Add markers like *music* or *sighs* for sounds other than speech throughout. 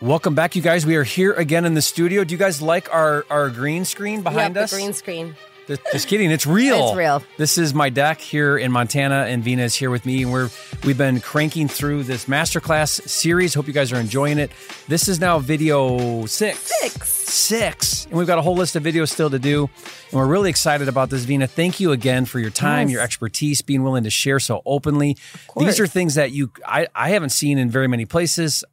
Welcome back, you guys. We are here again in the studio. Do you guys like our, our green screen behind yep, us? the green screen. Th- Just kidding. It's real. *laughs* It's real. This is my deck here in Montana, and Vina is here with me, and we're we've been cranking through this masterclass series. Hope you guys are enjoying it. This is now video six. Six. Six. And we've got a whole list of videos still to do, and we're really excited about this. Vina, thank you again for your time, Yes. your expertise, being willing to share so openly. These course. are things that you I, I haven't seen in very many places.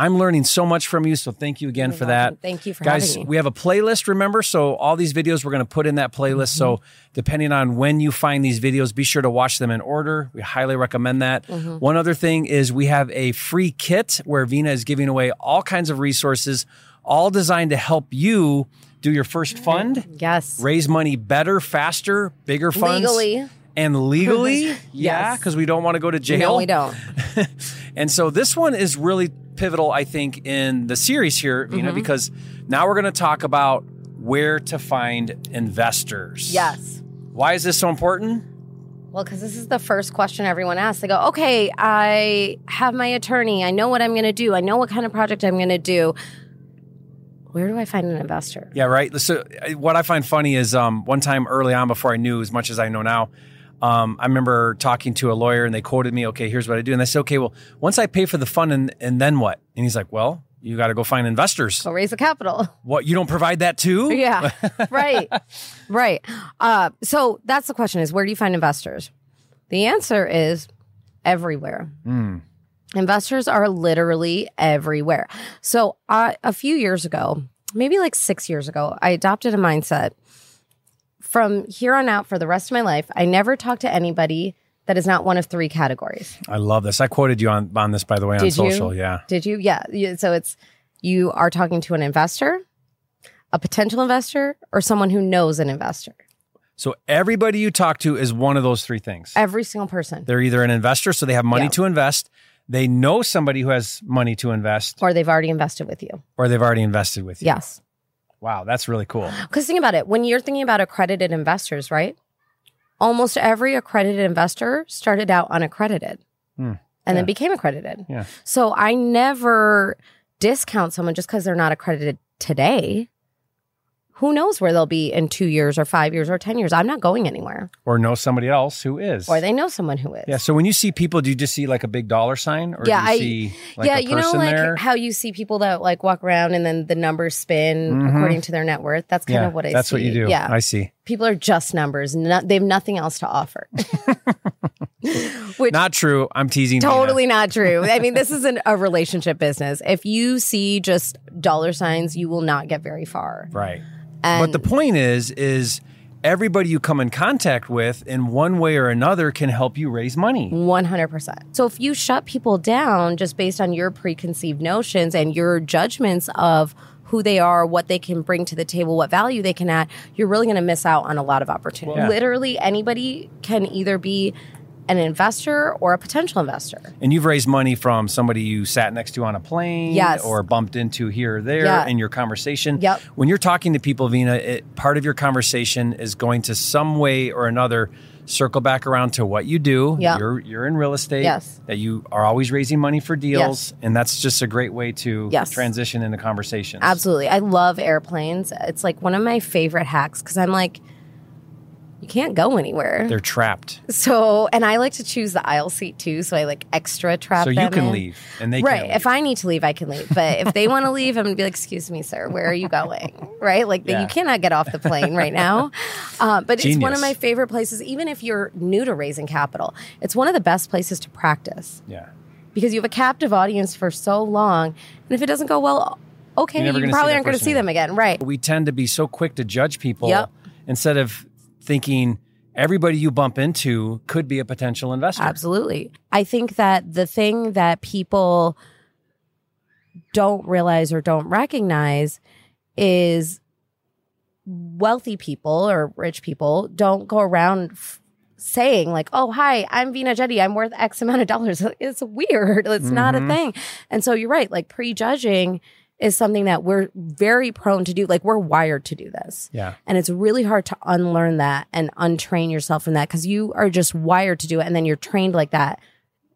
I'm learning so much from you, so thank you again for welcome. that. Thank you for guys. having me. We have a playlist, remember? So all these videos we're going to put in that playlist. Mm-hmm. So depending on when you find these videos, be sure to watch them in order. We highly recommend that. Mm-hmm. One other thing is we have a free kit where Vina is giving away all kinds of resources, all designed to help you do your Mm-hmm. first fund, Yes. raise money better, faster, bigger funds. Legally. And legally, yeah, *laughs* Yes. because we don't want to go to jail. No, we *sighs* don't. *laughs* And so this one is really pivotal, I think, in the series here, you Mm-hmm. know, because now we're going to talk about where to find investors. Yes. Why is this so important? Well, because this is the first question everyone asks. They go, okay, I have my attorney. I know what I'm going to do. I know what kind of project I'm going to do. Where do I find an investor? Yeah, right. So I- what I find funny is um, one time early on, before I knew as much as I know now, um, I remember talking to a lawyer and they quoted me, "Okay, here's what I do." And I said, "Okay, well, once I pay for the fund, and, and then what?" And he's like, "Well, you got to go find investors. Go raise the capital. *laughs* What? You don't provide that too? Yeah. right. Right. Uh, so that's the question is where do you find investors? The answer is everywhere. Investors are literally everywhere. So uh, a few years ago, maybe like six years ago, I adopted a mindset from here on out for the rest of my life. I never talk to anybody that is not one of three categories. I love this. I quoted you on on this, by the way, on Did you? social. Yeah. Did you? Yeah. Yeah, So it's you are talking to an investor, a potential investor, or someone who knows an investor. So everybody you talk to is one of those three things. Every single person. They're either an investor, so they have money Yeah. to invest, they know somebody who has money to invest, or they've already invested with you. or they've already invested with you. Yes. Wow, that's really cool. Because think about it when you're thinking about accredited investors, right? Almost every accredited investor started out unaccredited Hmm. and Yeah. then became accredited. Yeah. So I never discount someone just because they're not accredited today. Who knows where they'll be in two years or five years or 10 years? I'm not going anywhere. Or know somebody else who is. Or they know someone who is. yeah, so when you see people, do you just see like a big dollar sign or Yeah, do you I- see like yeah, a person you know, like there? how you see people that like walk around and then the numbers spin Mhm. according to their net worth. That's kind yeah, of what I that's see. what you do. Yeah. I see. people are just numbers. No, they have nothing else to offer. *laughs* Which Not true. I'm teasing. Dina. totally not true. I mean, this isn't a relationship business. If you see just dollar signs, you will not get very far. Right. And but the point is, is everybody you come in contact with in one way or another can help you raise money. 100%. So if you shut people down just based on your preconceived notions and your judgments of who they are, what they can bring to the table, what value they can add, you're really going to miss out on a lot of opportunity. Yeah. Literally anybody can either be an investor or a potential investor. And you've raised money from somebody you sat next to on a plane Yes. or bumped into here or there Yeah. in your conversation. Yep. When you're talking to people, Vina, it, part of your conversation is going to some way or another circle back around to what you do. Yeah. You're, you're in real estate, Yes. that you are always raising money for deals. And that's just a great way to Yes. transition into conversations. Absolutely. I love airplanes. It's like one of my favorite hacks because I'm like, you can't go anywhere. They're trapped. so, and I like to choose the aisle seat too. So I like extra trap. So you them can in. leave and they Right. can't. If I need to leave, I can leave. But if they want to leave, I'm going to be like, excuse me, sir, where are you going? *laughs* Right. Like Yeah. you cannot get off the plane *laughs* right now. Uh, but it's one Genius. of my favorite places, even if you're new to raising capital, it's one of the best places to practice yeah. because you have a captive audience for so long. And if it doesn't go well, okay, You're you never gonna see probably that aren't going to person see again. them again. Right. we tend to be so quick to judge people Yep. instead of thinking everybody you bump into could be a potential investor. Absolutely. I think that the thing that people don't realize or don't recognize is wealthy people or rich people don't go around f- saying like, "Oh, hi, I'm Vina Jetty. I'm worth X amount of dollars." *laughs* It's weird. It's not a Mhm. thing. And so you're right, like prejudging is something that we're very prone to do. Like we're wired to do this. Yeah. And it's really hard to unlearn that and untrain yourself from that because you are just wired to do it and then you're trained like that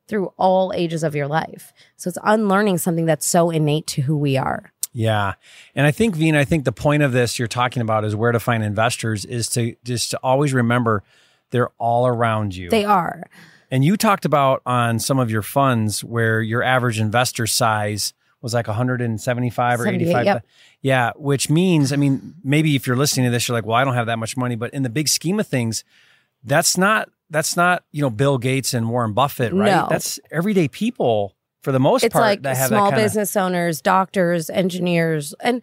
through all ages of your life. So it's unlearning something that's so innate to who we are. Yeah. And I think, Vina, I think the point of this you're talking about is where to find investors is to just to always remember they're all around you. They are. and you talked about on some of your funds where your average investor size was like 175 or 78, 85. yep. Yeah. Which means, I mean, maybe if you're listening to this, you're like, well, I don't have that much money. But in the big scheme of things, that's not, that's not, you know, Bill Gates and Warren Buffett, right? No. That's everyday people for the most It's part like that have small that kind of. business owners, doctors, engineers, and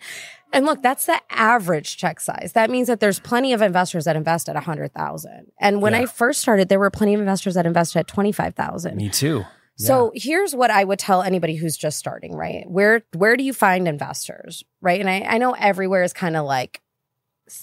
and look, that's the average check size. That means that there's plenty of investors that invest at 100,000. And when Yeah. I first started, there were plenty of investors that invested at 25,000. Me too. Yeah. So here's what I would tell anybody who's just starting, right? Where where do you find investors? Right. And I, I know everywhere is kind of like,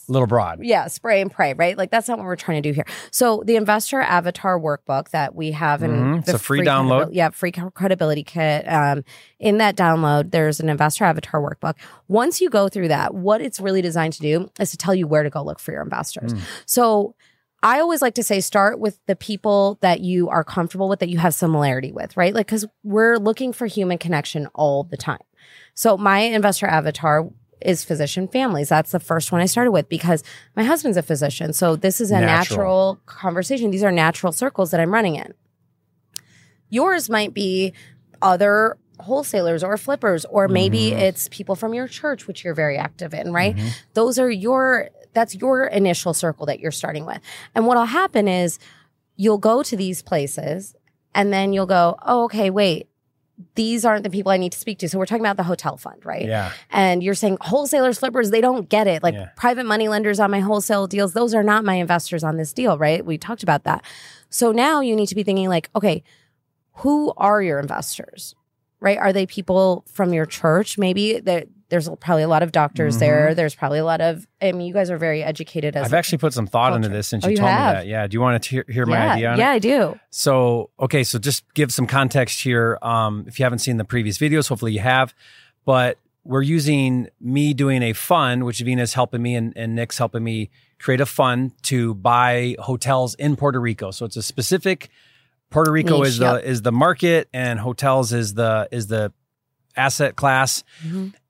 a little broad. yeah, spray and pray, right? Like that's not what we're trying to do here. So the investor avatar workbook that we have in Mhm. It's the a free download. credibil- Yeah, free cre- credibility kit. Um, in that download, there's an investor avatar workbook. Once you go through that, what it's really designed to do is to tell you where to go look for your investors. Mm. So I always like to say start with the people that you are comfortable with, that you have similarity with, right? Like, because we're looking for human connection all the time. So my investor avatar is physician families. That's the first one I started with because my husband's a physician. So this is a Natural. natural conversation. These are natural circles that I'm running in. Yours might be other wholesalers or flippers, or maybe Mhm. it's people from your church, which you're very active in, right? Mhm. those are your that's your initial circle that you're starting with and what'll happen is you'll go to these places and then you'll go oh okay wait these aren't the people i need to speak to so we're talking about the hotel fund right Yeah. and you're saying wholesalers flippers they don't get it like Yeah. private money lenders on my wholesale deals those are not my investors on this deal right we talked about that so now you need to be thinking like okay who are your investors right are they people from your church maybe there, there's probably a lot of doctors Mhm. there there's probably a lot of i mean you guys are very educated as I've actually put some thought into culture. this since Oh, you you told have? me that. Yeah. Do you want to hear, hear my yeah, idea on it? yeah i do So, okay, so just give some context here. Um, if you haven't seen the previous videos, hopefully you have, but we're using me doing a fund, which Vina's helping me and, and Nick's helping me create a fund to buy hotels in Puerto Rico. So it's a specific Puerto Rico Niche, is the is the market and hotels is the is the asset class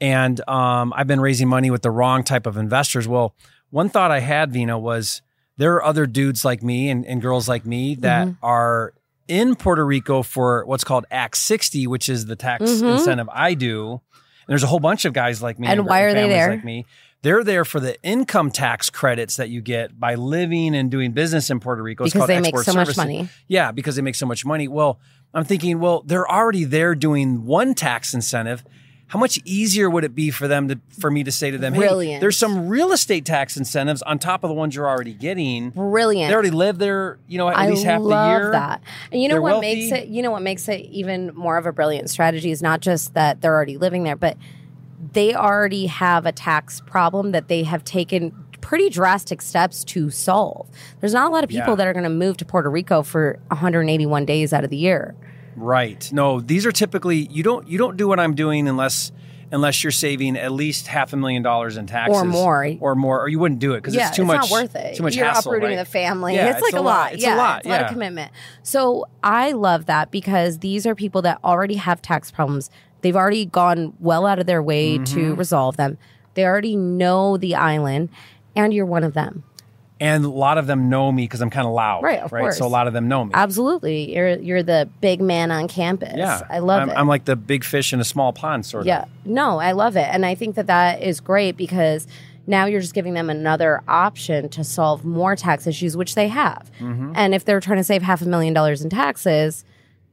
and um, I've been raising money with the wrong type of investors. Well, one thought I had, Vina, was there are other dudes like me and, and girls like me that Mm-hmm. are in Puerto Rico for what's called Act 60, which is the tax Mhm. incentive I do. And there's a whole bunch of guys like me And gr- why are they families there? Like me, they're there for the income tax credits that you get by living and doing business in Puerto Rico. It's because called they make export so much services. money Yeah, because they make so much money. Well, I'm thinking, well, they're already there doing one tax incentive. How much easier would it be for them to for me to say to them, hey, Brilliant. there's some real estate tax incentives on top of the ones you're already getting. They brilliant already live there, you know, at I least half love the year. that. And you know They're what wealthy. makes it you know what makes it even more of a brilliant strategy is not just that they're already living there, but they already have a tax problem that they have taken pretty drastic steps to solve. There's not a lot of people Yeah. that are going to move to Puerto Rico for 181 days out of the year. Right. No, these are typically you don't you don't do what I'm doing unless unless you're saving at least half a million dollars in taxes more. or more or you wouldn't do it because yeah, it's too it's much not worth it. too much You're hassle, uprooting right? the family. Yeah, it's, like a lot. It's a yeah, lot, It's a lot yeah. of commitment. So I love that because these are people that already have tax problems. They've already gone well out of their way Mm-hmm. to resolve them. They already know the island, and you're one of them. And a lot of them know me because I'm kind of loud. Right, of right. course. So a lot of them know me. Absolutely, you're you're the big man on campus. Yeah, I love I'm, it. I'm like the big fish in a small pond, sort of. Yeah. No, I love it. And I think that that is great because now you're just giving them another option to solve more tax issues, which they have. Mm-hmm. And if they're trying to save half a million dollars in taxes,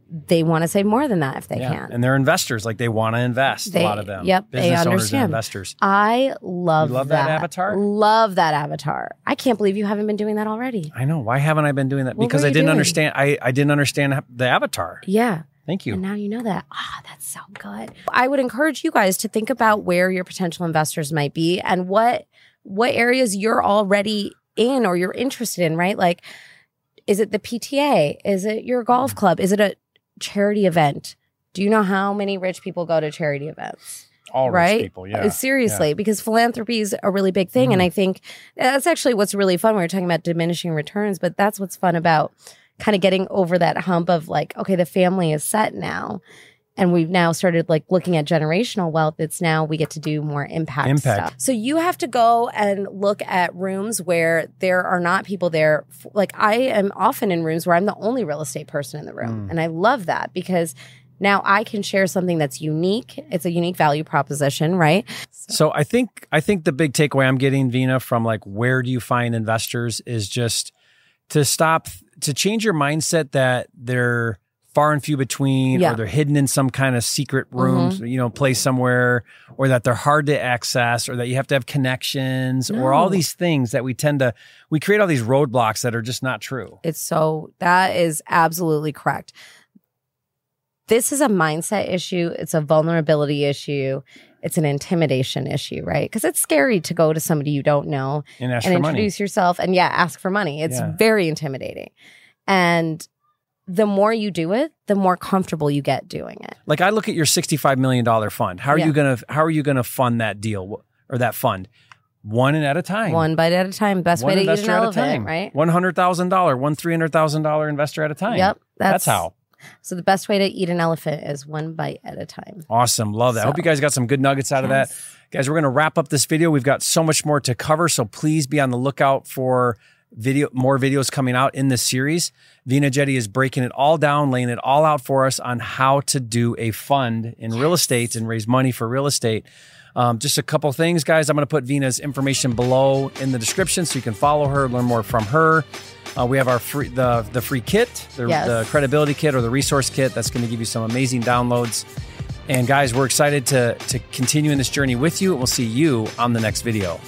they want to save more than that if they Yeah. can. And they're investors; like they want to invest. a They- lot of them. yep, they Business owners and understand. investors. I love, You love that avatar? Love that avatar. I can't believe you haven't been doing that already. I know. Why haven't I been doing that? What because were I you didn't doing? understand. I I didn't understand the avatar. Yeah. Thank you. And now you know that. Ah, that's so good. I would encourage you guys to think about where your potential investors might be and what what areas you're already in or you're interested in, right? Like is it the PTA? Is it your golf club? Is it a charity event? Do you know how many rich people go to charity events? All rich right? people. Yeah. Mm-hmm. Seriously, because philanthropy is a really big thing. And I think that's actually what's really fun. We were talking about diminishing returns, but that's what's fun about kind of getting over that hump of like, okay, the family is set now. And we've now started like looking at generational wealth. It's now we get to do more impact, Impact. stuff. So you have to go and look at rooms where there are not people there. F- Like I am often in rooms where I'm the only real estate person in the room. Mm. And I love that because now I can share something that's unique. It's a unique value proposition, right? So I think I think the big takeaway I'm getting Vina from like where do you find investors is just to stop to change your mindset that they're far and few between Yeah. Mm-hmm. or they're hidden in some kind of secret room, you know, place somewhere or that they're hard to access or that you have to have connections or all No. these things that we tend to we create all these roadblocks that are just not true. It's so that is absolutely correct. This is a mindset issue, it's a vulnerability issue, it's an intimidation issue, right? Because it's scary to go to somebody you don't know And ask and for money. introduce yourself and yeah, ask for money. It's Yeah. very intimidating. And the more you do it, the more comfortable you get doing it. like I look at your $65 million fund. How are Yeah. you going to how are you going to fund that deal or that fund? One and at a time. One bite at a time, best one way to use an investor at a elephant, time, right? One hundred thousand dollar, one three hundred thousand dollar investor at a time. Yep. that's, how So the best way to eat an elephant is one bite at a time. awesome. Love that. I Hope So- you guys got some good nuggets out of that. Guys, we're going to wrap up this video. We've got so much more to cover, so please be on the lookout for video more videos coming out in this series. Vina Jetty is breaking it all down, laying it all out for us on how to do a fund in real estate and raise money for real estate. Um, just a couple things, guys. I'm going to put Vina's information below in the description so you can follow her, learn more from her. Uh, we have our free the the free kit, the, Yes. the credibility kit or the resource kit that's going to give you some amazing downloads. And guys, we're excited to to continue in this journey with you. and We'll see you on the next video.